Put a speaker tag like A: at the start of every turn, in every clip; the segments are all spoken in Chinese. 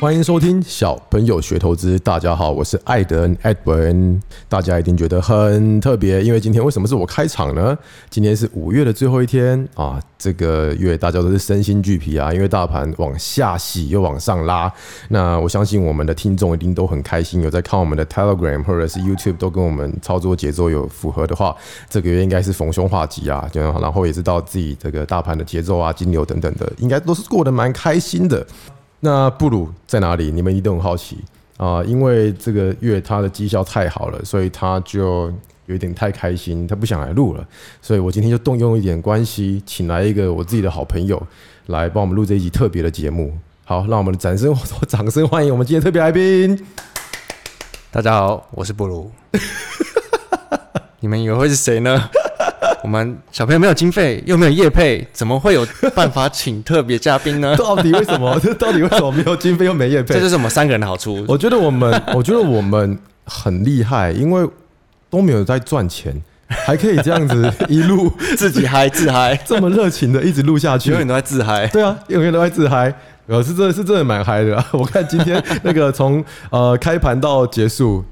A: 欢迎收听小朋友学投资。大家好，我是艾德恩 Edwin。大家一定觉得很特别，因为今天为什么是我开场呢？今天是五月的最后一天啊，这个月大家都是身心俱疲啊，因为大盘往下洗又往上拉。那我相信我们的听众一定都很开心，有在看我们的 Telegram 或者是 YouTube 都跟我们操作节奏有符合的话，这个月应该是逢凶化吉啊，就然后也知道自己这个大盘的节奏啊、金流等等的，应该都是过得蛮开心的。那布鲁在哪里？你们一定都很好奇啊、因为这个月他的绩效太好了，所以他就有点太开心，他不想来录了。所以我今天就动用一点关系，请来一个我自己的好朋友来帮我们录这一集特别的节目。好，让我们掌声掌声欢迎我们今天特别来宾。？
B: 大家好，我是布鲁。 你们以为会是谁 呢？我们小朋友没有经费，又没有业配，怎么会有办法请特别嘉宾呢
A: 到底为什么？这到底为什么没有经费又没业
B: 这
A: 配
B: 就？是我们三个人的好处。
A: 我觉得我们，我觉得我们很厉害，因为都没有在赚钱，还可以这样子一路
B: 自己嗨，自嗨，
A: 这么热情的一直录下去
B: 永。远都在自嗨。
A: 对啊，永远都在自嗨。呃，是真的是真的蛮嗨的、啊。 我看今天那个从呃开盘到结束，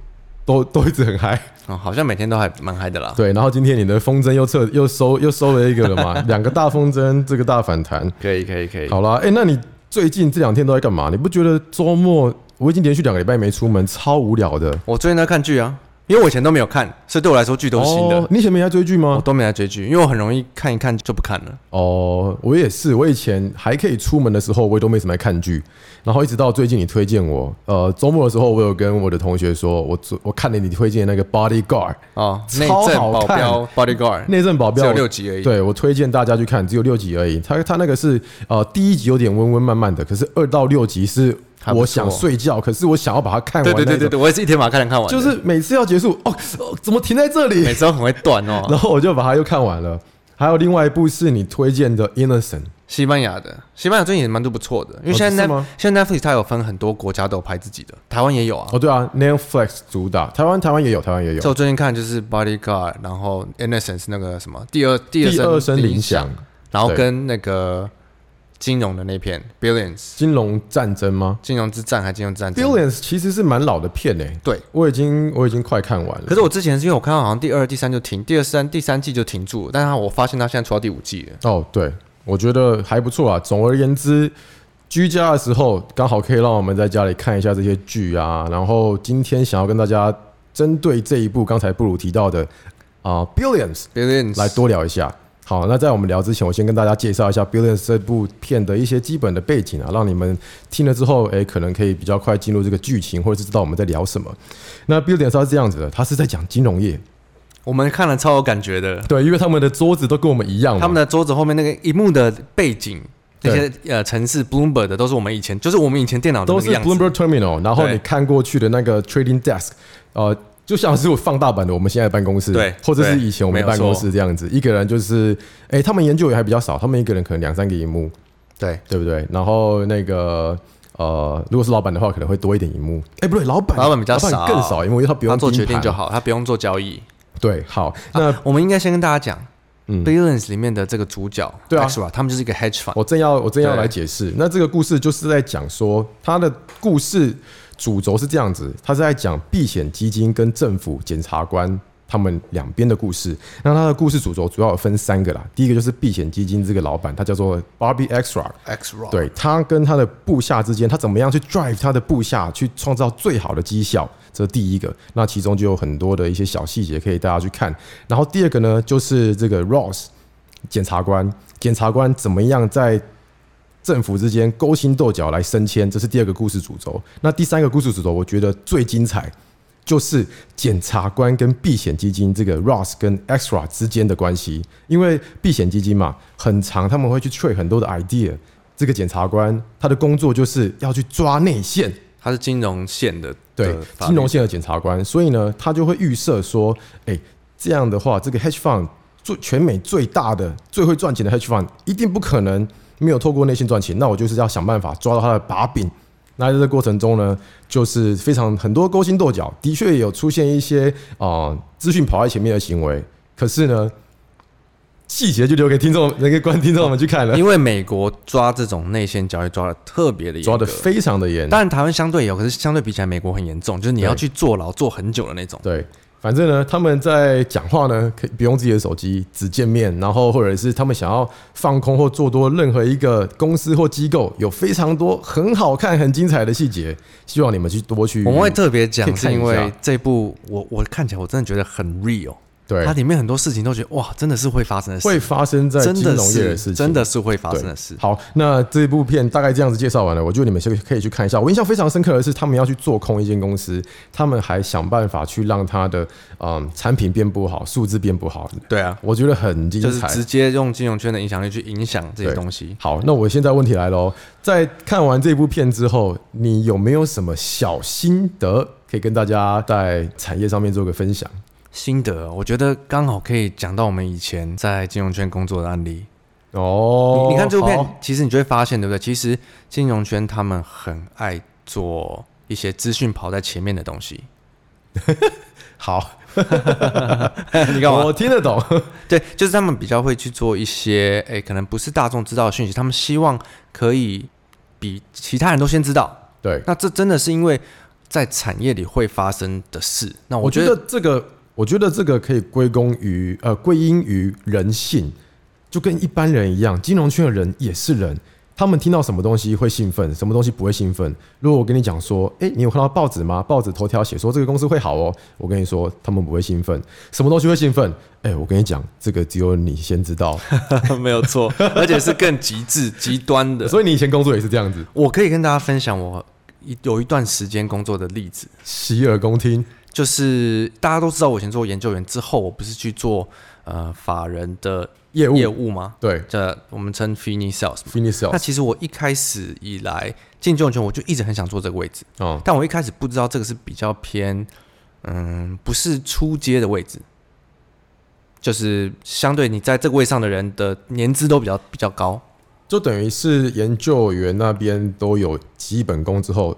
A: 都都一直很嗨。
B: 哦，好像每天都还蛮嗨的啦。
A: 对，然后今天你的风筝又测又收又收了一个了嘛， 两个大风筝，这个大反弹。
B: 可以，可以，可以。
A: 好啦，哎、那你最近这两天都在干嘛？你不觉得周末我已经连续两个礼拜没出门，超无聊的？
B: 我最近在看剧啊，因为我以前都没有看，所以对我来说剧都是新的，
A: 哦你以前没在追剧
B: 我
A: 吗？
B: 都没来追剧，因为我很容易看一看就不看了。
A: 哦，我也是，我以前还可以出门的时候，我也都没什么在看剧，然后一直到最近你推荐我，呃，周末的时候我有跟我的同学说，我昨我看了你推荐的那个《Bodyguard》
B: 哦，内
A: 超
B: 政
A: 好
B: 保
A: 看
B: 镖 Bodyguard
A: 内政保镖，
B: 只有六集而已。
A: 对我推荐大家去看，只有六集而已。他他那个是呃第一集有点温温慢慢的，可是二到六集是
B: 还不错
A: 我想睡觉，可是我想要把它看
B: 对
A: 完。
B: 对对对对，，我也是一天把它看看完的，
A: 就是每次要结束哦哦，怎么停在这里
B: 每？次都很会断哦。
A: 然后我就把它又看完 了。还有另外一部是你推荐的《Innocent》，
B: 西班牙的，西班牙最近也蛮多不错的，因为现在
A: 哦是
B: Net,、
A: 吗
B: 现在 Netflix 它有分很多国家都有拍自己的，台湾也有啊。
A: 哦对啊，Netflix 主打，台湾台湾也有，台湾也有
B: 所以。我最近看就是《Bodyguard》，然后《Innocence》那个什么第二第
A: 第二
B: 二
A: 声铃
B: 铃
A: 响，，
B: 然后
A: 对
B: 跟那个金融的那片《Billions》
A: 金融战争吗
B: 金融之战还金融之战争
A: ？Billions 其实是蛮老的片诶、
B: 对。
A: 我已经我已经快看完了。
B: 可是我之前是因为我看到好像第二、第三就停，第二、三、第三季就停住了，但是我发现它现在出到第五季了。
A: 哦，对，我觉得还不错啊。总而言之，居家的时候刚好可以让我们在家里看一下这些剧啊。然后今天想要跟大家针对这一部刚才布鲁提到的啊、Billions
B: Billions
A: 来多聊一下。好，那在我们聊之前，我先跟大家介绍一下《Billions》这部片的一些基本的背景啊，让你们听了之后，诶，可能可以比较快进入这个剧情，或者是知道我们在聊什么。那《Billions》它是这样子的，它是在讲金融业，
B: 我们看了超有感觉的，
A: 对，因为他们的桌子都跟我们一样嘛，
B: 他们的桌子后面那个荧幕的背景，那些呃城市 Bloomberg 的都是我们以前，就是我们以前电脑的
A: 都
B: 那个
A: 是
B: 样子。
A: Bloomberg Terminal，然后
B: 对
A: 你看过去的那个 Trading Desk，呃，就像是我放大版的我们现在的办公室，
B: 对
A: 或者是
B: 对
A: 以前我们的
B: 没有
A: 办
B: 错
A: 公室这样子，一个人就是，哎、他们研究员还比较少，他们一个人可能两三个荧幕，
B: 对，
A: 对不对？然后那个呃，如果是老板的话，可能会多一点荧幕，哎、不对，老板
B: 老板比较少
A: 更少，因为他不
B: 他
A: 用
B: 做决
A: 盯
B: 定
A: 盘
B: 就。好，他不用做交易。啊
A: 对，好，那、
B: 我们应该先跟大家讲，
A: 嗯
B: b i l l i o n s 里面的这个主角，
A: 对啊
B: 是吧？他们就是一个 hedge fund，
A: 我正要我正要
B: 对
A: 来解释，那这个故事就是在讲说，它的故事主轴是这样子，它是在讲避险基金跟政府检察官他们两边的故事。那它的故事主轴主要有分三个啦，第一个就是避险基金这个老板，他叫做 Bobby Extra，
B: X Rock，
A: 对他跟他的部下之间，他怎么样去 drive 他的部下去创造最好的绩效，这是第一个。那其中就有很多的一些小细节可以大家去看。然后第二个呢，就是这个 Ross 检察官，检察官怎么样在政府之间勾心斗角来升迁，这是第二个故事主轴。那第三个故事主轴，我觉得最精彩。就是检察官跟避险基金这个 Ross 跟 Extra 之间的关系，因为避险基金嘛，很长，他们会去 trade 很多的 idea。这个检察官他的工作就是要去抓内线，
B: 他是金融线的，
A: 对
B: 的法律
A: 金融线的检察官，所以呢，他就会预设说，哎，这样的话，这个 hedge fund 最全美最大的、最会赚钱的 hedge fund 一定不可能没有透过内线赚钱，那我就是要想办法抓到他的把柄。那在这个过程中呢，就是非常很多勾心斗角，的确有出现一些啊、呃资讯跑在前面的行为，可是呢，细节就留给听众、那个观听众们去看了，
B: 因为美国抓这种内线交易抓的特别的严格，
A: 抓的非常的严。
B: 当然台湾相对有，可是相对比起来，美国很严重，就是你要
A: 对
B: 去坐牢坐很久的那种。
A: 对，反正呢，他们在讲话呢，可以不用自己的手机，只见面，然后或者是他们想要放空或做多任何一个公司或机构，有非常多很好看、很精彩的细节，希望你们去多去。
B: 我们会特别
A: 嗯可
B: 讲，
A: 以
B: 是
A: 看一
B: 因为
A: 下
B: 这部我我看起来我真的觉得很 real，
A: 对
B: 它里面很多事情都觉得哇，真的是会发生的事，
A: 会发生在
B: 真
A: 金
B: 的
A: 融业的事
B: 是
A: 情，
B: 真的是会发
A: 对
B: 生的事。
A: 好，那这部片大概这样子介绍完了，我觉得你们先可以去看一下。我印象非常深刻的是，他们要去做空一间公司，他们还想办法去让它的嗯产品变不好，数字变不好，
B: 对啊，
A: 我觉得很精
B: 就是
A: 彩。
B: 直接用金融圈的影响力去影响这些
A: 对
B: 东西。
A: 好，那我现在问题来喽，在看完这部片之后，你有没有什么小心得可以跟大家在产业上面做个分享？
B: 心得，我觉得刚好可以讲到我们以前在金融圈工作的案例。
A: 哦，
B: 你你看这部
A: 好
B: 片，其实你就会发现，对不对？其实金融圈他们很爱做一些资讯跑在前面的东西。
A: 好，
B: 你干嘛？
A: 我听得懂，
B: 对，就是他们比较会去做一些，哎，可能不是大众知道的讯息，他们希望可以比其他人都先知道。
A: 对，
B: 那这真的是因为在产业里会发生的事。那
A: 我
B: 我
A: 觉
B: 觉
A: 得
B: 得，
A: 这个，我觉得这个可以归功于呃归因于人性，就跟一般人一样，金融圈的人也是人。他们听到什么东西会兴奋，什么东西不会兴奋？如果我跟你讲说，诶，你有看到报纸吗？报纸头条写说这个公司会好哦，我跟你说，他们不会兴奋。什么东西会兴奋？诶，我跟你讲，这个只有你先知 道。
B: 没有 错，而且是更极致、极端的。
A: 所以你以前工作也是这样子，
B: 我可以跟大家分享我一有一段时间工作的例子，
A: 洗耳恭听。
B: 就是大家都知道我以前做研究员之后，我不是去做呃法人的
A: 业务
B: 业务吗？
A: 对
B: 这我们称 fini sales 嘛。
A: ，finish sales
B: 那其实我一开始以来进金融圈，我就一直很想做这个位置，
A: 哦，
B: 但我一开始不知道这个是比较偏，嗯，不是出街的位置，就是相对你在这个位上的人的年资都比较比较高，
A: 就等于是研究员那边都有基本功之后，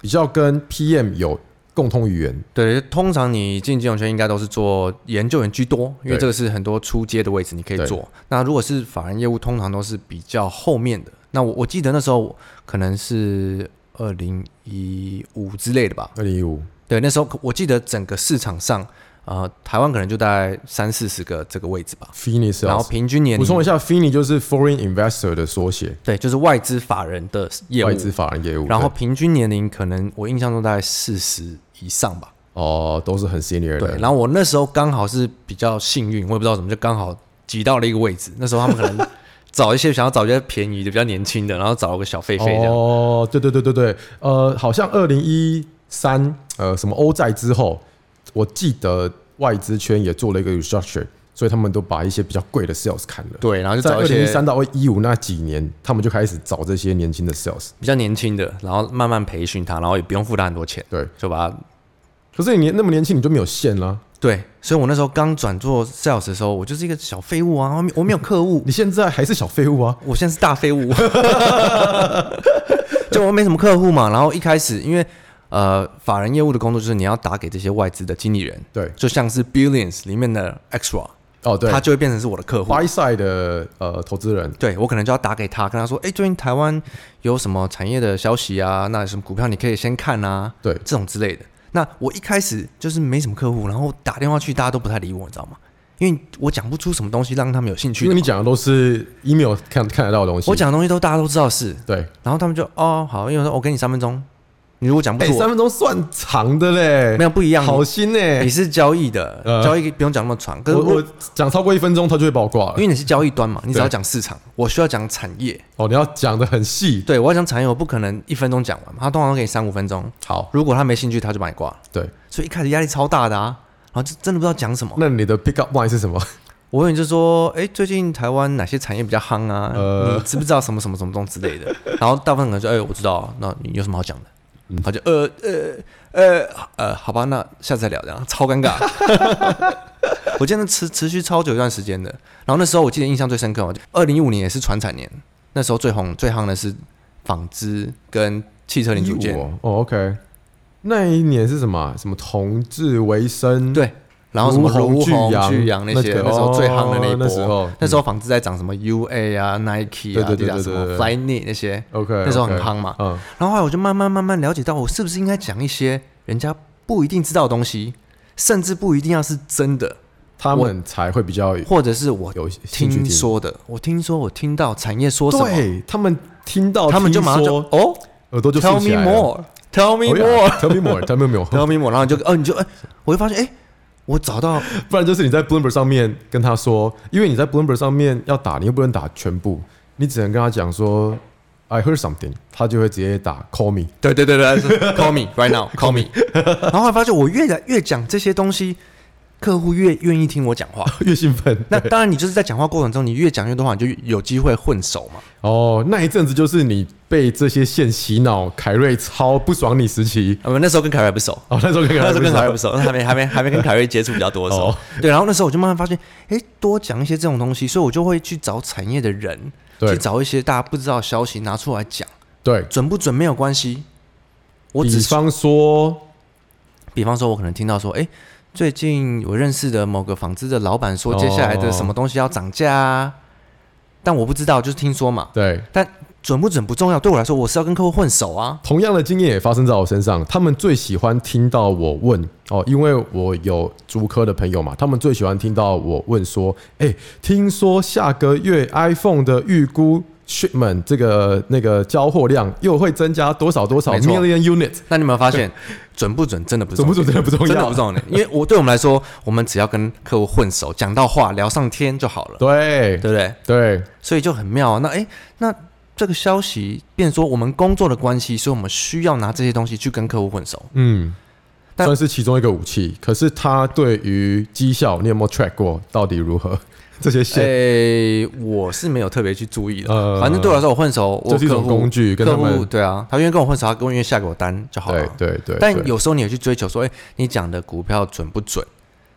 A: 比较跟 PM 有共通语言。
B: 对，通常你进金融圈应该都是做研究员居多，因为
A: 对
B: 这个是很多出街的位置你可以
A: 对
B: 做。那如果是法人业务，通常都是比较后面的。那我我记得那时候可能是二零一五之类的吧，
A: 二零一五，
B: 对，那时候我记得整个市场上，呃，台湾可能就大概三四十个这个位置吧，
A: Fini sales。
B: 然后平均年
A: 啊补充
B: 龄
A: 一下，Fini 就是 Foreign Investor 的缩写，
B: 对，就是外资法人的业务
A: 外，资法人业务。
B: 然后
A: 对
B: 平均年龄可能我印象中大概四十以上吧。
A: 哦，都是很 senior
B: 对
A: 的。，
B: 然后我那时候刚好是比较幸运，我也不知道怎么就刚好挤到了一个位置。那时候他们可 能找一些想要找一些便宜的、比较年轻的，然后找了个小狒狒这样。
A: 哦，对对对对对，呃，好像二零一三呃什么欧债之后，我记得外资圈也做了一个 restructure，所以他们都把一些比较贵的 sales 砍了。
B: 对，然后就
A: 在
B: 找
A: 二
B: 一
A: 零一
B: 些
A: 三到一五那几年，他们就开始找这些年轻的 sales。
B: 比较年轻的，然后慢慢培训他，然后也不用付他很多钱，
A: 对，
B: 就把他。
A: 可是你那么年轻，你就没有线啊啦。
B: 对，所以我那时候刚转做 sales 的时候，我就是一个小废物啊，我没我没有客户，
A: 你现在还是小废物啊。
B: 我现在是大废物， 就我没什么客户嘛。然后一开始因为呃，法人业务的工作就是你要打给这些外资的经理人，
A: 对，
B: 就像是 Billions 里面的 Extra，
A: 哦对
B: 他就会变成是我的客户。
A: ，buy side 的呃投资人，
B: 对我可能就要打给他，跟他说：“哎、最近台湾有什么产业的消息啊？那有什么股票你可以先看啊，
A: 对
B: 这种之类的。”那我一开始就是没什么客户，然后打电话去，大家都不太理我，你知道吗？因为我讲不出什么东西让他们有兴趣
A: 因为
B: 的嘛。
A: 你讲的都是 email 看看得到的东西。
B: 我讲的东西都大家都知道的事，
A: 对，
B: 然后他们就哦好，因为我说我给你三分钟，你如果讲不
A: 哎、
B: 出我，
A: 三分钟算长的嘞，
B: 没有不一样，
A: 好心呢、
B: 你是交易的，
A: 呃
B: 交易不用讲那么长，可是
A: 我
B: 我
A: 我讲超过一分钟，他就会把我挂
B: 因
A: 了。
B: 为你是交易端嘛，你只要
A: 对
B: 讲市场，我需要讲产业，
A: 哦，你要讲的很细。
B: 对我要讲产业，我不可能一分钟讲完嘛，他通常都给你三五分钟，
A: 好，
B: 如果他没兴趣，他就把你挂了，
A: 对，
B: 所以一开始压力超大的啊，然后就真的不知道讲什么，
A: 那你的 pick up line 是什么？
B: 我永远就说，哎、最近台湾哪些产业比较夯啊？
A: 呃
B: 你知不知道什么什么什么东西之类的？然后大部分可能说，哎、我知道啊，那你有什么好讲的？他就呃呃呃呃，好吧，那下次再聊，这样超尴尬。 我记得那持持续超久一段时间的。然后那时候我记得印象最深刻，我二零一五年也是船产年，那时候最红最夯的是纺织跟汽车零 组件。
A: 哦哦，OK。那一年是什么啊？什么同志为生？，
B: 对，然后什么
A: 如虹
B: 如
A: 巨
B: 虹
A: 羊
B: 巨阳那
A: 那
B: 些，
A: 个
B: 那时候最夯的一
A: 哦那时
B: 波
A: 候。
B: 那时候纺织在涨什么 UA 啊、Nike
A: 对
B: 啊、
A: 对对
B: Adidas
A: 对对
B: 什么
A: 对
B: Flyknit 那些。
A: OK，
B: 那时候很夯嘛
A: 嗯，
B: 然后后来我就慢慢慢慢了解到，我是不是应该讲一些人家不一定知道的东西，甚至不一定要是真的，
A: 他们才会比较
B: 或者是我
A: 有兴趣
B: 听说的，我听说我听到产业说什么，
A: 对他们听到
B: 他们就马上
A: 听
B: 就
A: 说
B: 哦
A: 耳朵就竖
B: ，Tell
A: 起
B: me
A: 来了。Oh,
B: more，Tell me more。
A: more，tell me more，tell me more，
B: Tell me more，然后你就哦，你就哎，我会发现哎，我找到
A: 不然就是你在 Bloomberg 上面跟他说，因为你在 Bloomberg 上面要打，你又不能打全部，你只能跟他讲说 I heard something，他就会直接打 call me。
B: 对对对对是，call me right now，call me。然后后来发现我越来越讲这些东西，客户越愿意听我讲话。
A: 越兴奋。
B: 那当然，你就是在讲话过程中，你越讲越多话，你就越有机会混熟嘛。
A: 哦，那一阵子就是你被这些线洗脑，凯瑞超不爽你时期。
B: 我们那时候跟凯瑞还不熟，
A: 哦，那时候跟
B: 那时候跟
A: 凯
B: 凯瑞
A: 瑞
B: 不熟，还没还没还没跟凯瑞接触比较多的时候
A: 哦，
B: 对。然后那时候我就慢慢发现，哎，多讲一些这种东西，所以我就会去找产业的人，
A: 对
B: 去找一些大家不知道的消息拿出来讲，
A: 对，
B: 准不准没有关系。我
A: 比
B: 只
A: 方说，
B: 比方说，我可能听到说，哎、最近我认识的某个纺织的老板说，
A: 哦
B: 接下来的什么东西要涨价啊，但我不知道，就是听说嘛。
A: 对，
B: 但准不准不重要，对我来说，我是要跟客户混熟啊。
A: 同样的经验也发生在我身上。他们最喜欢听到我问哦，因为我有竹科的朋友嘛，他们最喜欢听到我问说：“哎、听说下个月 iPhone 的预估 shipment 这个那个交货量又会增加多少多少
B: 没错
A: million units？”
B: 那你有没有 发现，准不准真的不重
A: 准
B: 要
A: 不准真的不重
B: 真的
A: 要
B: 不，重要，因为我对我们来说，我们只要跟客户混熟，讲到话，聊上天就好了，
A: 对
B: 对不对？
A: 对
B: 所以就很妙啊。那哎、诶那这个消息变成说我们工作的关系，所以我们需要拿这些东西去跟客户混熟。
A: 嗯，
B: 但
A: 算是其中一个武器。可是它对于绩效，你有没有 track 过？到底如何？这些线
B: 诶、我是没有特别去注意的，
A: 呃
B: 反正对我来说，我混熟，我
A: 就是一
B: 客
A: 种
B: 户
A: 工具跟
B: 客
A: 他
B: 户
A: 们
B: 对啊，他愿意跟我混熟，他愿意下给我单就好了。
A: 对对对，
B: 哎但
A: 对
B: 有时候你也去追求说，哎、你讲的股票准不准？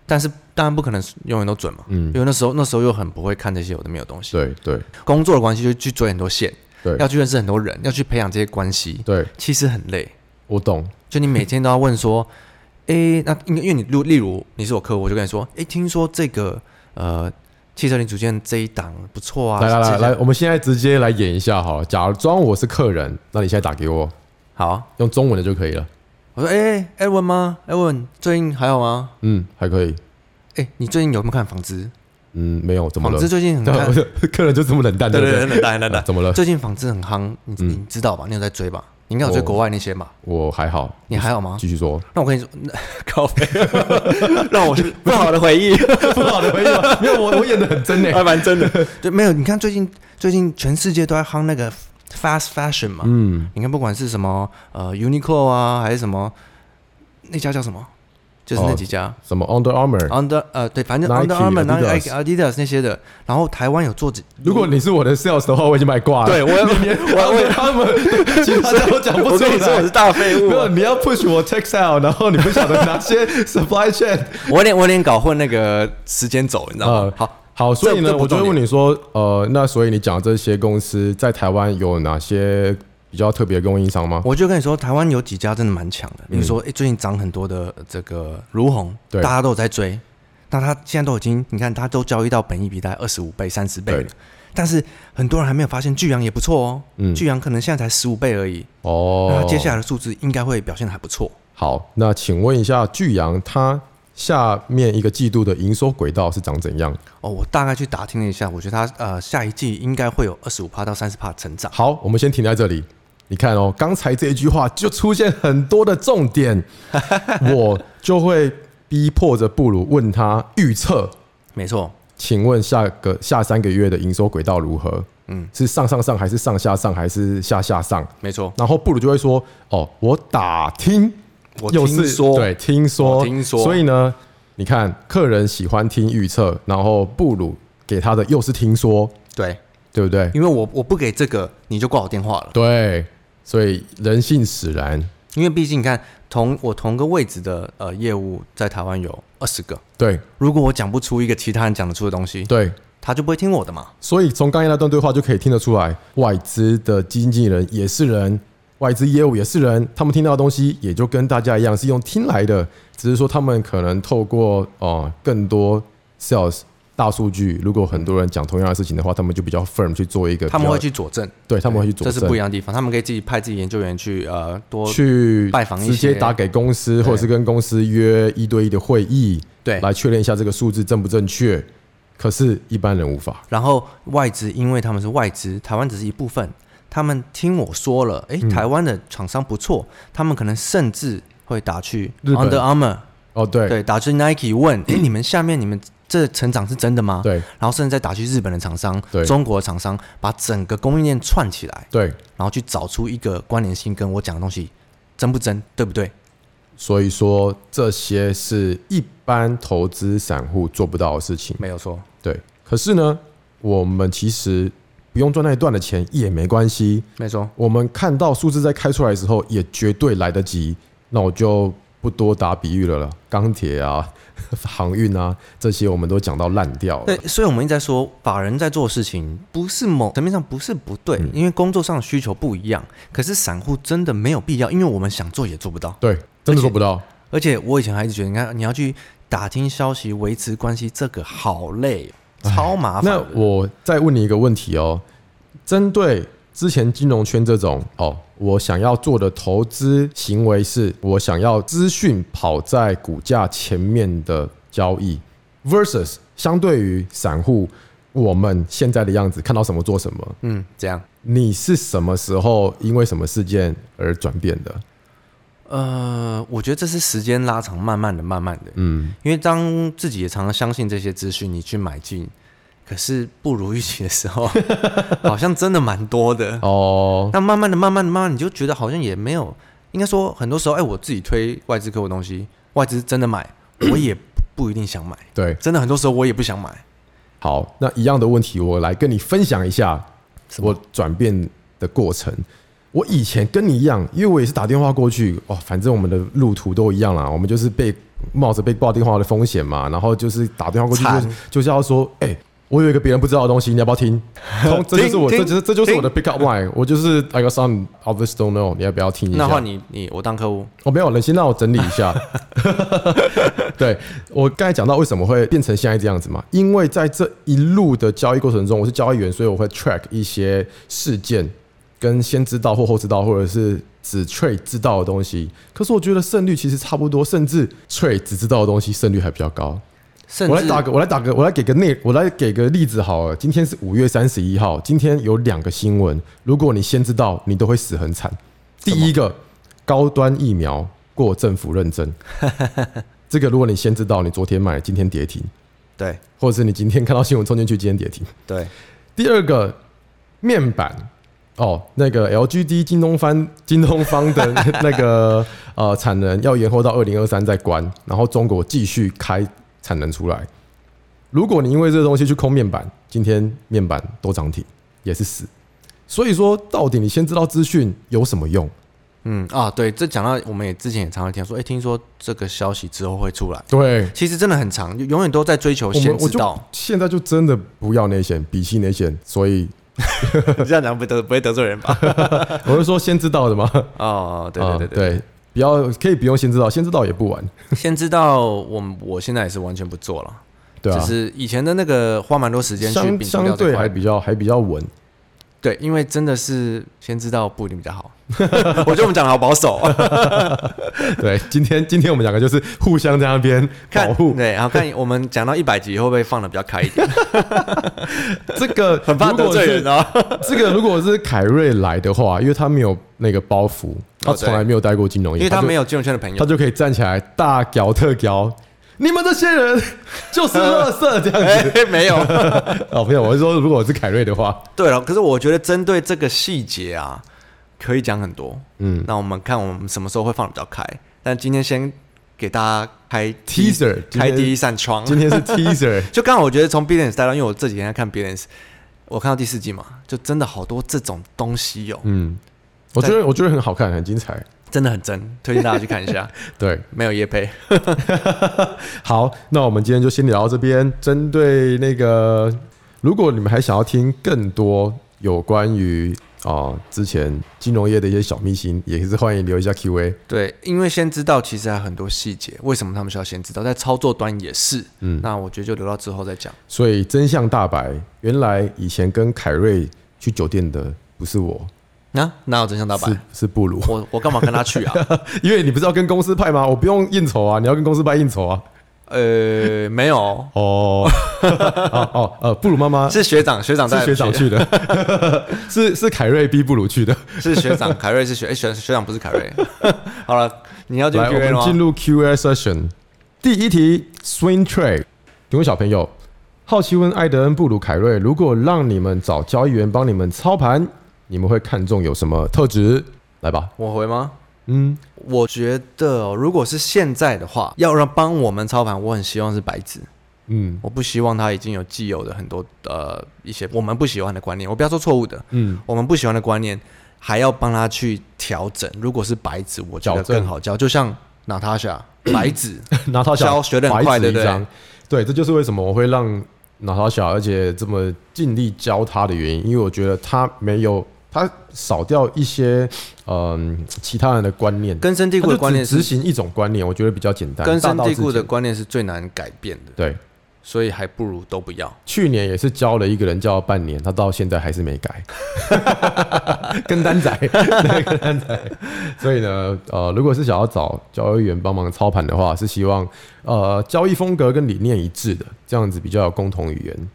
B: 但是当然不可能永远都准嘛，
A: 嗯
B: 因为那时候那时候又很不会看这些有的没有东西。
A: 对对
B: 工作的关系就去追很多线，
A: 对
B: 要去认识很多人，要去培养这些关系，
A: 对，
B: 其实很累。
A: 我懂。
B: 就你每天都要问说， 诶，那因因为你例如例如你是我客户，我就跟你说，诶，听说这个呃汽车零组件这一档不错啊，
A: 来来来
B: 这家
A: 来，我们现在直接来演一下好了。假装我是客人，那你现在打给我，
B: 好啊，
A: 用中文的就可以了。
B: 我说，诶，艾文吗？艾文最近还好吗？
A: 嗯，还可以。
B: 诶，你最近有没有看纺织？
A: 嗯，没有，怎么
B: 纺
A: 了
B: 织？最哦近 很
A: 对
B: 看
A: 我，就客人就这么冷淡，对不对？
B: 冷淡冷
A: 啊，怎么了？
B: 最近纺织很夯，你
A: 嗯哦
B: 你知道吧？你有在追吧？你应该有追
A: 我
B: 国外那些吧？
A: 我还好，
B: 你还好吗？
A: 继续说。
B: 那我跟你说，那 靠 背，让我不好的回忆。
A: 不好的朋友，没有我，我演的很 真呢。欸
B: 还蛮真的。对，没有，你看最近最近全世界都在夯那个 fast fashion 嘛，
A: 嗯，
B: 你看不管是什么呃 Uniqlo 啊，还是什么那家叫什么，就是那
A: 哦
B: 几家。
A: 什么 Under Armour？
B: Under 呃对，反正
A: Nike，
B: Under Armour、Nike、
A: Adidas
B: Adidas 那些的，然后台湾有做几，
A: 如果你是我的 sales 的话，我已经买挂了。
B: 对我我我
A: 他们其他都讲不
B: 我
A: 出
B: 跟你说我是
A: 来。
B: 大废物
A: 没有，
B: 啊，
A: 你要 push 我 text out，然后你不晓得哪些 supply chain。
B: 我有点我有点搞混那个时间轴，你知道
A: 啊，？
B: 吗哦好，
A: 好，所以
B: 这
A: 呢，
B: 不
A: 我就会
B: 重
A: 问你说，呃，那所以你讲这些公司在台湾有哪些比较特别的供应商吗？
B: 我就跟你说，台湾有几家真的蛮强的，比如说，哎、最近涨很多的呃这个如虹，
A: 嗯对
B: 大家都有在追。那它现在都已经，你看它都交易到本益比大概二十五倍、三十倍了
A: 对，
B: 但是很多人还没有发现巨阳也不错哦。
A: 嗯
B: 巨阳可能现在才十五倍而已，那
A: 哦
B: 它，接下来的数字应该会表现的还不错。
A: 好，那请问一下巨阳，它下面一个季度的营收轨道是长怎样？
B: 哦，我大概去打听了一下，我觉得它呃下一季应该会有二十五帕到三十帕成长。
A: 好，我们先停在这里。你看哦，刚才这一句话就出现很多的重 点，我就会逼迫着布鲁问他预测，
B: 没错，
A: 请问下个下三个月的营收轨道如何？
B: 嗯
A: 嗯，是上上上还是上下上还是下下上？
B: 没错，
A: 然后布鲁就会说：“哦，我打听，
B: 我
A: 又
B: 听
A: 是
B: 说
A: 对，听说，
B: 我听说
A: 所以呢，你看，客人喜欢听预测，然后布鲁给他的又是听说，
B: 对，
A: 对不对？
B: 因为我我不给这个，你就挂我电话了。
A: 对，所以人性使然，
B: 因为毕竟你看同我同个位置的呃业务在台湾有二十个，
A: 对
B: 如果我讲不出一个其他人讲得出的东西，
A: 对。
B: 他就不会听
A: 哦
B: 我的嘛。
A: 所以从刚才那段对话就可以听得出来，外资的经纪人也是人，外资业务也是人，他们听到的东西也就跟大家一样是用听来的，只是说他们可能透过哦、呃更多 sales 大数据，如果很多人讲同样的事情的话，他们就比较 firm 去做一个比较，
B: 他们会去佐证，
A: 对他们会去佐
B: 这是不一
A: 证，
B: 样的地方。他们可以自己派自己研究员去呃多
A: 去
B: 拜访一些
A: 直接打给公司，或者是跟公司约一对一的会议，
B: 对
A: 来确认一下这个数字正不正确。可是，一般人无法。
B: 然后外资，因为他们是外资，台湾只是一部分，他们听我说了，
A: 嗯
B: 诶，台湾的厂商不错，他们可能甚至会打去
A: 日本
B: Under Armour，
A: 哦，对
B: 对，打去 Nike 问，诶，你们下面你们这成长是真的吗？
A: 对
B: 然后甚至再打去日本的厂商
A: 对、
B: 中国的厂商，把整个供应链串起来，
A: 对，
B: 然后去找出一个关联性，跟我讲的东西真不真，对不对？
A: 所以说这些是一般投资散户做不到的事情。
B: 没有错，
A: 对，可是呢，我们其实不用赚那一段的钱也没关系，
B: 没错，
A: 我们看到数字在开出来的时候，也绝对来得及。那我就不多打比喻了了，钢铁啊、 航运啊这些，我们都讲到烂掉了
B: 对。，所以我们一直在说，法人在做的事情不是某层面上不是不对，因为工作上的需求不一样。可是散户真的没有必要，因为我们想做也做不到。
A: 对，真的做不到。
B: 而且我以前还一直觉得，你看你要去打听消息、维持关系，这个好累，超麻烦
A: 那
B: 的。
A: 我再问你一个问题哦，针对之前金融圈这种哦，我想要做的投资行为是，我想要资讯跑在股价前面的交易，versus 相对于散户，我们现在的样子，看到什么做什么。
B: 嗯，怎样？
A: 你是什么时候因为什么事件而转变的？
B: 呃，我觉得这是时间拉长，慢慢的、慢慢的。
A: 嗯，
B: 因为当自己也常常相信这些资讯，你去买进，可是不如预期的时候，好像真的蛮多的。
A: 哦，
B: 那慢慢的、慢慢的、慢慢的，你就觉得好像也没有，应该说很多时候，哎，我自己推外资给我的东西，外资真的买，我也不一定想买，
A: 对，
B: 真的很多时候我也不想买。
A: 好，那一样的问题，我来跟你分享一下我转变的过程。我以前跟你一样，因为我也是打电话过去，哦，反正我们的路途都一样啦，我们就是被冒着被挂电话的风险嘛，然后就是打电话过去
B: 惨
A: 就是就是要说，哎、我有一个别人不知道的东西，你要不要 听？通这就是我，
B: 听
A: 这就是这就是我的
B: 听
A: pick up line，我就是 I got some of this don't know，你要不要听一下？
B: 那换你，你我当客户，
A: 哦，没有，冷心让我整理一下。对我刚才讲到为什么会变成现在这样子嘛？因为在这一路的交易过程中，我是交易员，所以我会 track 一些事件，跟先知道或后知道，或者是只 trade 知道的东西。可是我觉得胜率其实差不多，甚至 trade 只知道的东西胜率还比较高。
B: 甚
A: 我来
B: 至
A: 打个，我来打个，我来给个内，我来给个例子好了。今天是五月三十一号，今天有两个新闻，如果你先知道，你都会死很惨。第一个，高端疫苗过政府认证，这个如果你先知道，你昨天买，今天跌停，
B: 对
A: 或者是你今天看到新闻冲进去，今天跌停。
B: 对，
A: 第二个面板哦，那个 LGD 京东方 京东方的那个 呃产能要延后到二零二三再关，然后中国继续开产能出来。如果你因为这个东西去空面板，今天面板都涨停，也是死。所以说，到底你先知道资讯有什么用？
B: 嗯啊，对，这讲到我们也之前也常常听说，哎，听说这个消息之后会出来，
A: 对，
B: 其实真的很长，永远都在追求
A: 我们
B: 先
A: 我
B: 知
A: 就
B: 道。
A: 现在就真的不要内线，比起内线，所以
B: 这样讲不得不会得罪人吧？
A: 我是说先知道的嘛。
B: 哦，对
A: 啊
B: 对对对，
A: 对，不要可以不用先知道，先知道也不晚。
B: 先知道我我现在也是完全不做了。
A: 对啊，
B: 只是以前的那个花蛮多时间去
A: 相
B: 摒除掉
A: 相
B: 这
A: 对
B: 块
A: 还，比较还比较稳。
B: 对，因为真的是先知道不一定比较好。 我觉得我们讲的好保 守，
A: 对，今天今天我们两个就是互相在那边
B: 看
A: 保护。
B: 对，然后看我们讲到一百集会不会放的比较开一点，
A: 这个
B: 很怕得罪人
A: 如果
B: 啊。
A: 是 这个如果是凯瑞来的话，因为他没有那个包袱，他
B: 哦对
A: 从来没有待过金融业，
B: 因为他
A: 就
B: 没有金融圈的朋
A: 他
B: 友，
A: 就可以站起来大屌特屌。 你们这些人就是垃圾这样子
B: 哎，没有。
A: 哦，没有，我是说，如果我是凯瑞的话，
B: 对了，可是我觉得针对这个细节啊，可以讲很多。
A: 嗯
B: 那我们看我们什么时候会放的比较开，但今天先给大家开第一
A: ，teaser 今
B: 开
A: 天
B: 第一扇窗。
A: 今天是 teaser，
B: 就刚好我觉得从 Billions 带到，因为我这几天在看 Billions，我看到第四季嘛，就真的好多这种东西哦，
A: 嗯，我觉得我觉得很好看，很精彩，
B: 真的很真，推荐大家去看一 下。
A: 对。
B: 没有叶配，
A: 好，那我们今天就先聊到这边。针对那个，如果你们还想要听更多有关于啊，之前金融业的一些小秘辛，也是欢迎留一下 Q&A。
B: 对，因为先知道其实还有很多细节，为什么他们需要先知道？在操作端也是，嗯，那我觉得就留到之后再讲。
A: 所以真相大白，原来以前跟凯瑞去酒店的不是我，
B: 那、哪有真相大白
A: 是？是布鲁，
B: 我我干嘛跟他去啊？
A: 因为你不是要跟公司派吗？我不用应酬啊，你要跟公司派应酬啊。
B: 呃，没有，
A: 哦， 哦哦，呃，布鲁妈妈是
B: 是学长，学长带
A: 学长，去的， 是是凯瑞逼布鲁去的。
B: 是学长， 凯瑞是学，哎、学学长不是凯瑞。 好了，你要进
A: 来，我
B: Q&A
A: 们
B: 了吗
A: 进？入 Q&A session。第一题，Swing Trade，请问小朋友，好奇问艾德恩、布鲁、凯瑞，如果让你们找交易员帮你们操盘，你们会看重有什么特质？来吧，
B: 我回吗？
A: 嗯，
B: 我觉得哦、如果是现在的话，要让帮我们操盘，我很希望是白纸，
A: 嗯
B: 我不希望他已经有既有的很多呃一些我们不喜欢的观念，我不要说错误的，
A: 嗯，
B: 我们不喜欢的观念，还要帮他去调整。如果是白纸，我觉
A: 矫
B: 得
A: 正
B: 更好教，就像 Natasha 白纸，
A: 拿他小
B: 教学得很快对不对
A: 对，这就是为什么我会让拿他小，而且这么尽力教他的原因，因为我觉得他没有他少掉一些嗯其他人的观念，
B: 根深蒂
A: 他
B: 固
A: 就
B: 的观念
A: 只执
B: 是
A: 行一种观念，我觉得比较简单，
B: 根深
A: 大道
B: 蒂
A: 至
B: 固的
A: 简
B: 观念是最难改变的，
A: 对。
B: 所以还不如都不要。
A: 去年也是教了一个人教了半年，他到现在还是没改，跟单仔， 对跟单仔。所以呢，呃，如果是想要找交易员帮忙操盘的话，是希望呃交易风格跟理念一致的，这样子比较有共同语言。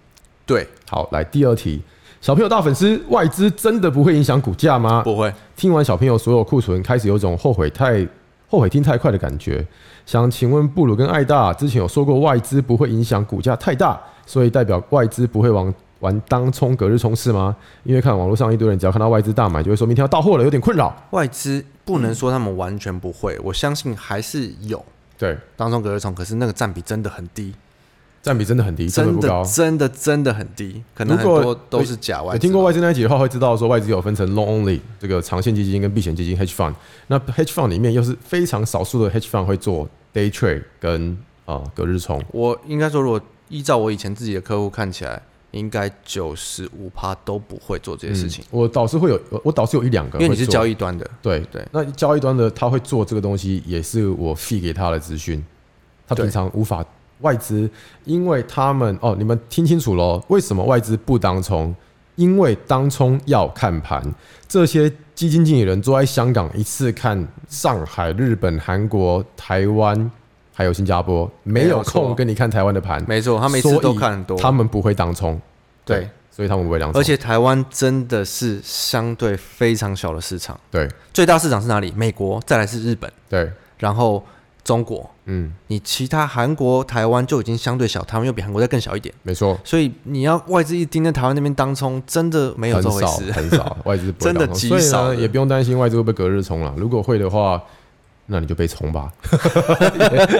B: 对，
A: 好，来第二题，小朋友大粉丝，外资真的不会影响股价吗？
B: 不会。
A: 听完小朋友所有库存，开始有种后悔太后悔听太快的感觉。想请问布鲁跟艾大之前有说过外资不会影响股价太大，所以代表外资不会往玩当冲隔日冲刺吗？因为看网络上一堆人只要看到外资大买，就会说明天要到货了，有点困扰。
B: 外资不能说他们完全不会，我相信还是有
A: 对，
B: 当中隔日冲，可是那个占比真的很低，
A: 占比真的很低，真的
B: 真
A: 不高
B: 的。真的真的很低，可能很
A: 如果
B: 多都是假
A: 有
B: 外资。啊
A: 听过外资那一集的话，会知道说外资有分成 long only 这个长线基金跟避险基金 hedge fund。那 hedge fund 里面又是非常少数的 hedge fund 会做 day trade 跟啊、呃隔日冲。
B: 我应该说，如果依照我以前自己的客户看起来，应该九十五趴都不会做这些事情，
A: 嗯我倒是会有，我我倒是有一两个，
B: 因为你是交
A: 易，
B: 易端的，
A: 对
B: 对
A: 那交易端的他会做这个东西，也是我 feed 给他的资讯，他
B: 对
A: 平常无法外资，因为他们哦，你们听清楚喽，为什么外资不当冲？因为当冲要看盘，这些基金经理人坐在香港一次看上海、日本、韩国、台湾，还有新加坡，没
B: 没
A: 有
B: 有错
A: 空跟你看台湾的盘，
B: 没错，他每次都看很多，
A: 他们不会当冲，
B: 对，
A: 所以他们不会当冲，
B: 而且台湾真的是相对非常小的市场，
A: 对
B: 最大市场是哪里？美国，再来是日本，
A: 对，
B: 然后中国，
A: 嗯，
B: 你其他韩国、台湾就已经相对小，台湾又比韩国再更小一点，
A: 没错。
B: 所以你要外资一盯在台湾那边当冲，真的没有
A: 很
B: 这
A: 少
B: 回事。
A: 很少外资不会
B: 真的
A: 当
B: 极
A: 冲所以
B: 少
A: 呢
B: 的
A: 也不用担心外资会被隔日冲了。如果会的话，那你就被冲吧，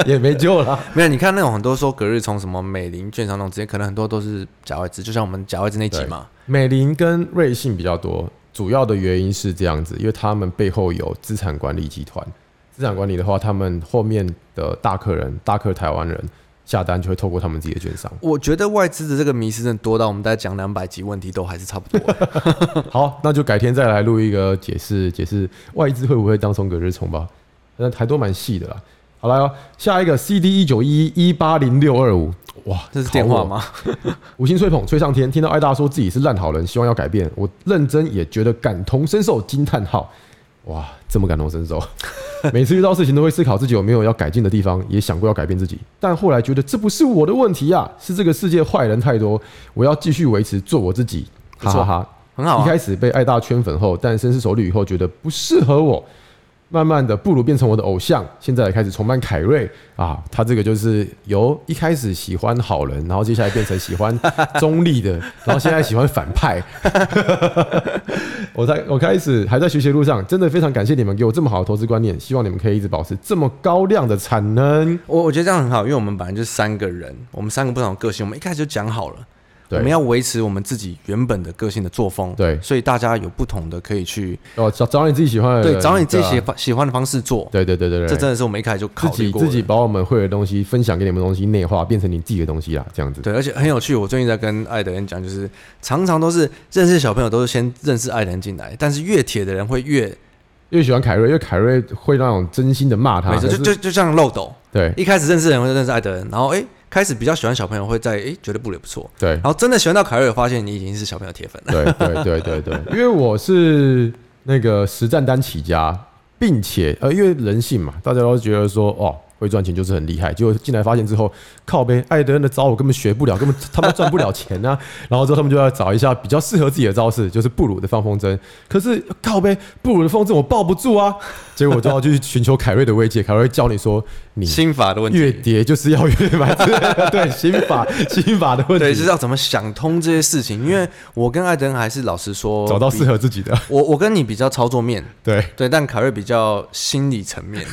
A: 也也没救了。
B: 没有，你看那种很多说隔日冲什么美林券商那种，直接可能很多都是假外资，就像我们假外资那集嘛，
A: 美林跟瑞信比较多，主要的原因是这样子，因为他们背后有资产管理集团。资产管理的话，他们后面的大客人、大客台湾人下单就会透过他们自己的券商。
B: 我觉得外资的这个迷失真的多到我们大概讲两百集问题都还是差不多。
A: 好，那就改天再来录一个解释，解释外资会不会当冲隔日冲吧？那还都蛮细的啦。好来哦，下一个 CD 一九一一八零六二五，哇，
B: 这是电话
A: 考我
B: 吗？
A: 五星吹捧吹上天，听到艾大说自己是烂好人，希望要改变，我认真也觉得感同身受，惊叹号！哇，这么感同身 受，每次遇到事情都会思考自己有没有要改进的地方，也想过要改变自己，但后来觉得这不是我的问题啊，是这个世界坏人太多，我要继续维持做我自己，
B: 不
A: 哈
B: 错
A: 哈哈。
B: 很好
A: 一
B: 啊，
A: 开始被爱大圈粉后，但深思熟虑以后觉得不适合我，慢慢的布鲁变成我的偶像，现在也开始崇拜凯瑞啊，他这个就是由一开始喜欢好人，然后接下来变成喜欢中立 的，然后现在喜欢反派。 我在我开始还在学习的路上，真的非常感谢你们给我这么好的投资观念，希望你们可以一直保持这么高量的产能。
B: 我我觉得这样很好，因为我们本来就是三个人，我们三个不同的个性，我们一开始就讲好了，我
A: 对
B: 们要维持我们自己原本的个性的作风。
A: 对
B: 所以大家有不同的可以去
A: 哦，找找你自己喜欢的人，
B: 对找你自己喜
A: 啊
B: 欢喜欢的方式做。
A: 对对对对对，
B: 这真的是我们一开始就考
A: 自
B: 虑
A: 己
B: 过的
A: 自己把我们会的东西分享给你们的东西内化，变成你自己的东西啦，这样子。
B: 对，而且很有趣。我最近在跟爱德人讲，就是常常都是认识小朋友都是先认识爱德人进来，但是越铁的人会越
A: 越喜欢凯瑞，因为凯瑞会那种真心的骂他，
B: 没错，
A: 啊可
B: 就是就就像漏斗，
A: 对
B: 一开始认识的人会认识爱德人，然后哎、开始比较喜欢小朋友会在哎、觉得布里不错，
A: 对
B: 然后真的喜欢到凯瑞，发现你已经是小朋友铁粉了。
A: 对对对对对，因为我是那个实战单起家，并且呃，因为人性嘛，大家都觉得说哦。会赚钱就是很厉害，结果进来发现之后，靠呗，艾德恩的招我根本学不了，根本他们赚不了钱啊。然后之后他们就要找一下比较适合自己的招式，就是布鲁的放风筝。可是靠呗，布鲁的放风筝我抱不住啊，结果我就要去寻求凯瑞的慰藉。凯瑞教你说，你
B: 心法的问
A: 越
B: 题，
A: 叠就是要越买，对，心法心法的问
B: 对，就
A: 题
B: 是，要怎么想通这些事情。因为我跟艾德人还是老实说，
A: 找到适
B: 比
A: 合自己的，
B: 我，我跟你比较操作面，
A: 对，
B: 对，但凯瑞比较心理层 面，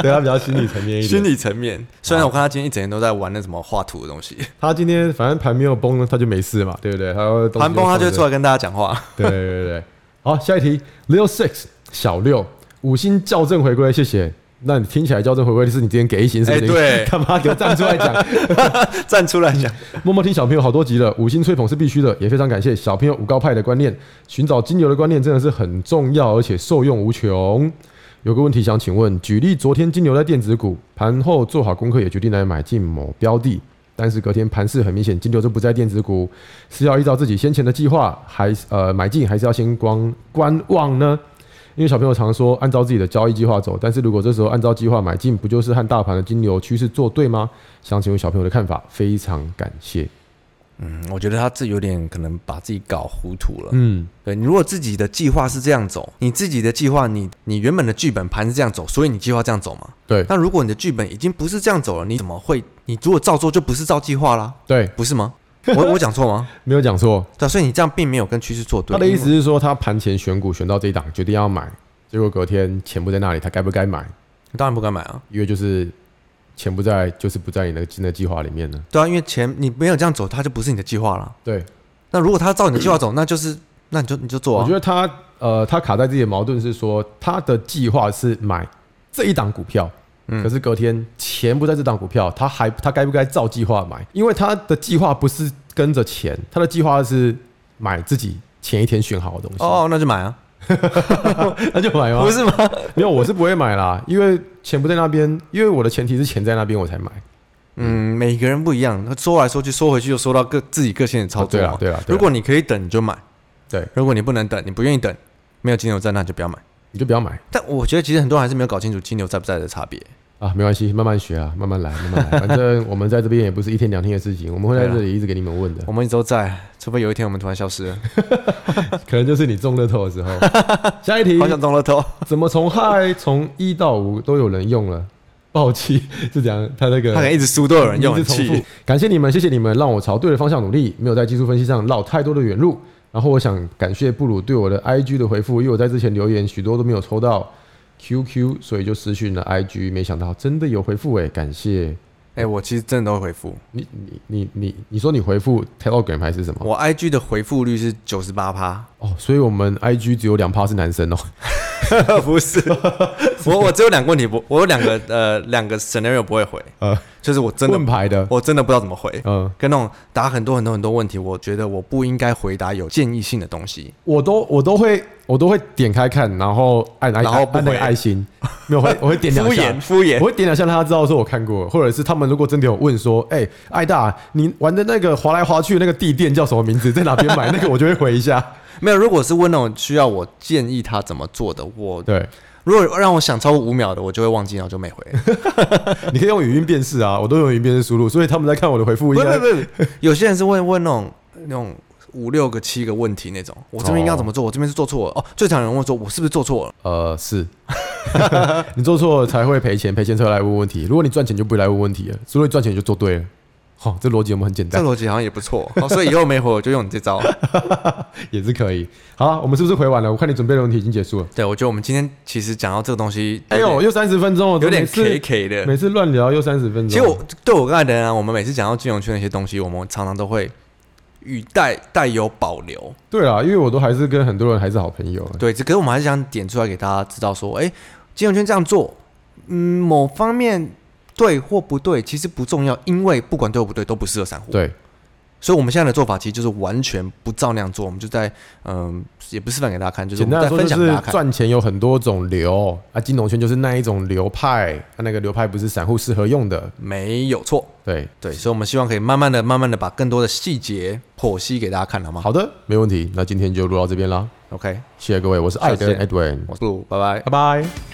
A: 对他比较心理层面一
B: 心
A: 点。
B: 理层面。虽然我看他今天一整天都在玩那什么画图的东西，
A: 他今天反正盘没有崩呢，他就没事嘛，对不对？他东西就
B: 韩崩他就
A: 放
B: 会
A: 着
B: 出来跟大家讲话。
A: 对对对对，好，下一题，Leo Six 小六五星校正回归，谢谢。那你听起来校正回归是你今天给一星是不是？
B: 哎对
A: 他妈给我站出来讲，
B: 站出来讲，
A: 默默听小朋友好多集了，五星吹捧是必须的，也非常感谢小朋友五高派的观念，寻找金牛的观念真的是很重要，而且受用无穷。有个问题想请问，举例昨天金牛在电子股盘后做好功课，也决定来买进某标的，但是隔天盘势很明显，金牛就不在电子股，是要依照自己先前的计划，还是呃买进，还是要先观观望呢？因为小朋友常说按照自己的交易计划走，但是如果这时候按照计划买进，不就是和大盘的金牛趋势作对吗？想请问小朋友的看法，非常感谢。
B: 嗯，我觉得他自己有点可能把自己搞糊涂了。
A: 嗯，
B: 对你如果自己的计划是这样走，你自己的计划，你你原本的剧本盘是这样走，所以你计划这样走嘛。
A: 对
B: 那如果你的剧本已经不是这样走了，你怎么会？你如果照做，就不是照计划啦，
A: 对，
B: 不是吗？我我讲 错吗？
A: 没有讲错。
B: 对啊，所以你这样并没有跟趋势做对。
A: 他的意思
B: 因为
A: 是说，他盘前选股选到这一档，决定要买，结果隔天钱不在那里，他该不该买？
B: 你当然不敢买啊，
A: 因为就是钱不在，就是不在你的新的计划里面呢。
B: 对啊，因为前你没有这样走，它就不是你的计划了。
A: 对，
B: 那如果他照你的计 划走，那就是那你就你就做
A: 我
B: 啊
A: 觉。得他呃，他卡在自己的矛盾是说，他的计划是买这一档股票，可是隔天钱不在这档股票，他还他该不该照计划买？因为他的计划不是跟着钱，他的计划是买自己前一天选好的东西，
B: 哦，那就买啊，
A: 那就买吗
B: 不？是吗？
A: 没有，我是不会买啦，因为钱不在那边，因为我的前提是钱在那边我才买。
B: 嗯，每个人不一样，那说来说去，说回去又说到个自己个性的操
A: 哦
B: 作
A: 对
B: 嘛、
A: 啦，对啦，对啦
B: 如果你可以等，你就买；
A: 对，
B: 如果你不能等，你不愿意等，没有金牛在，那你就不要买。
A: 你就不要买
B: 但我觉得其实很多人还是没有搞清楚金牛在不在的差别。
A: 啊，没关系，慢慢学啊，慢慢来，慢慢来。反正我们在这边也不是一天两天的事情，我们会在
B: 啊
A: 这里一直给你们问的
B: 我，们一直都在，除非有一天我们突然消失 了。
A: 可能就是你中乐透的时候。下一题
B: 好，想中乐透，
A: 怎么从嗨从一到五都有人用了？暴气是讲他那个
B: 他可能一直输都有人用，
A: 一
B: 很
A: 直重复
B: 气。。
A: 感谢你们，谢谢你们，让我朝对的方向努力，没有在技术分析上绕太多的远路。然后我想感谢布鲁对我的 IG 的回复，因为我在之前留言许多都没有抽到 QQ，所以就私讯了 IG，没想到真的有回复诶，感谢
B: 哎、我其实真的都会回复，
A: 你你你你你说你回复 Telegram 还是什么？
B: 我 IG 的回复率是九十 八趴，
A: 哦，所以我们 IG 只有两趴是男生哦。
B: 不是，我我只有两个问题不，我有两个呃两个 scenario 不会回，
A: 呃，
B: 就是我真的
A: 问牌的，
B: 我真的不知道怎么回。
A: 嗯、
B: 跟那种答很多很多很多问题，我觉得我不应该回答有建议性的东西。
A: 我都我都会我都会点开看，然后按按
B: 然后不
A: 按那
B: 回
A: 个爱心，没有我会我会点两
B: 敷
A: 下
B: 衍，敷衍
A: 我，会点两下让他知道说我看过，或者是他们如果真的有问说，哎、艾大，你玩的那个滑来滑去那个地垫叫什么名字，在哪边买？那 个我就会回一下。
B: 没有。如果是问那种需要我建议他怎么做的，我
A: 对，
B: 如果让我想超过五秒的，我就会忘记，然后就没回。
A: 你可以用语音辨识啊，我都用语音辨识输入，所以他们在看我的回复
B: 不
A: 应该
B: 不不，有些人是会问那种那种五六个、七个问题那种，我这边应该要怎么做？我这边是做错了哦。最常有人问说，我是不是做错了？
A: 呃是， 你做错了才会赔钱，赔钱才会来问问题。如果你赚钱就不会来问问题了，除了你赚钱你就做对了。好、这逻辑我们很简
B: 这
A: 单，
B: 逻辑好像也不错，哦所以以后没回我就用你 这招。
A: 也是可以。好啊，我们是不是回完了？我看你准备的问题已经结束了。
B: 对，我觉得我们今天其实讲到这个东西，
A: 哎呦，又三十分钟了，
B: 有点
A: 每
B: K
A: 次
B: K 的，
A: 每次乱聊又三十分钟。
B: 其实我对我跟爱德人啊，我们每次讲到金融圈那些东西，我们常常都会语带带有保留。
A: 对啦，因为我都还是跟很多人还是好朋友。
B: 对，这可是我们还是想点出来给大家知道说，哎、金融圈这样做，嗯，某方面对或不对其实不重要，因为不管对或不对都不适合散户。
A: 对，
B: 所以我们现在的做法其实就是完全不照那样做，我们就在嗯、也不示范给大家看，就是我
A: 简单
B: 们在
A: 来说
B: 分
A: 就
B: 享给大
A: 是
B: 家看。
A: 赚钱有很多种流啊，金融圈就是那一种流派，它那个流派不是散户适合用的。
B: 没有错，
A: 对，
B: 对，所以我们希望可以慢慢的、慢慢的把更多的细节剖析给大家看，好吗
A: 好的，没问题。那今天就录到这边啦，
B: ？OK，
A: 谢谢各位，我是艾
B: 下
A: 登
B: 次见
A: Edwin，
B: 我是陆，拜拜。
A: 拜拜。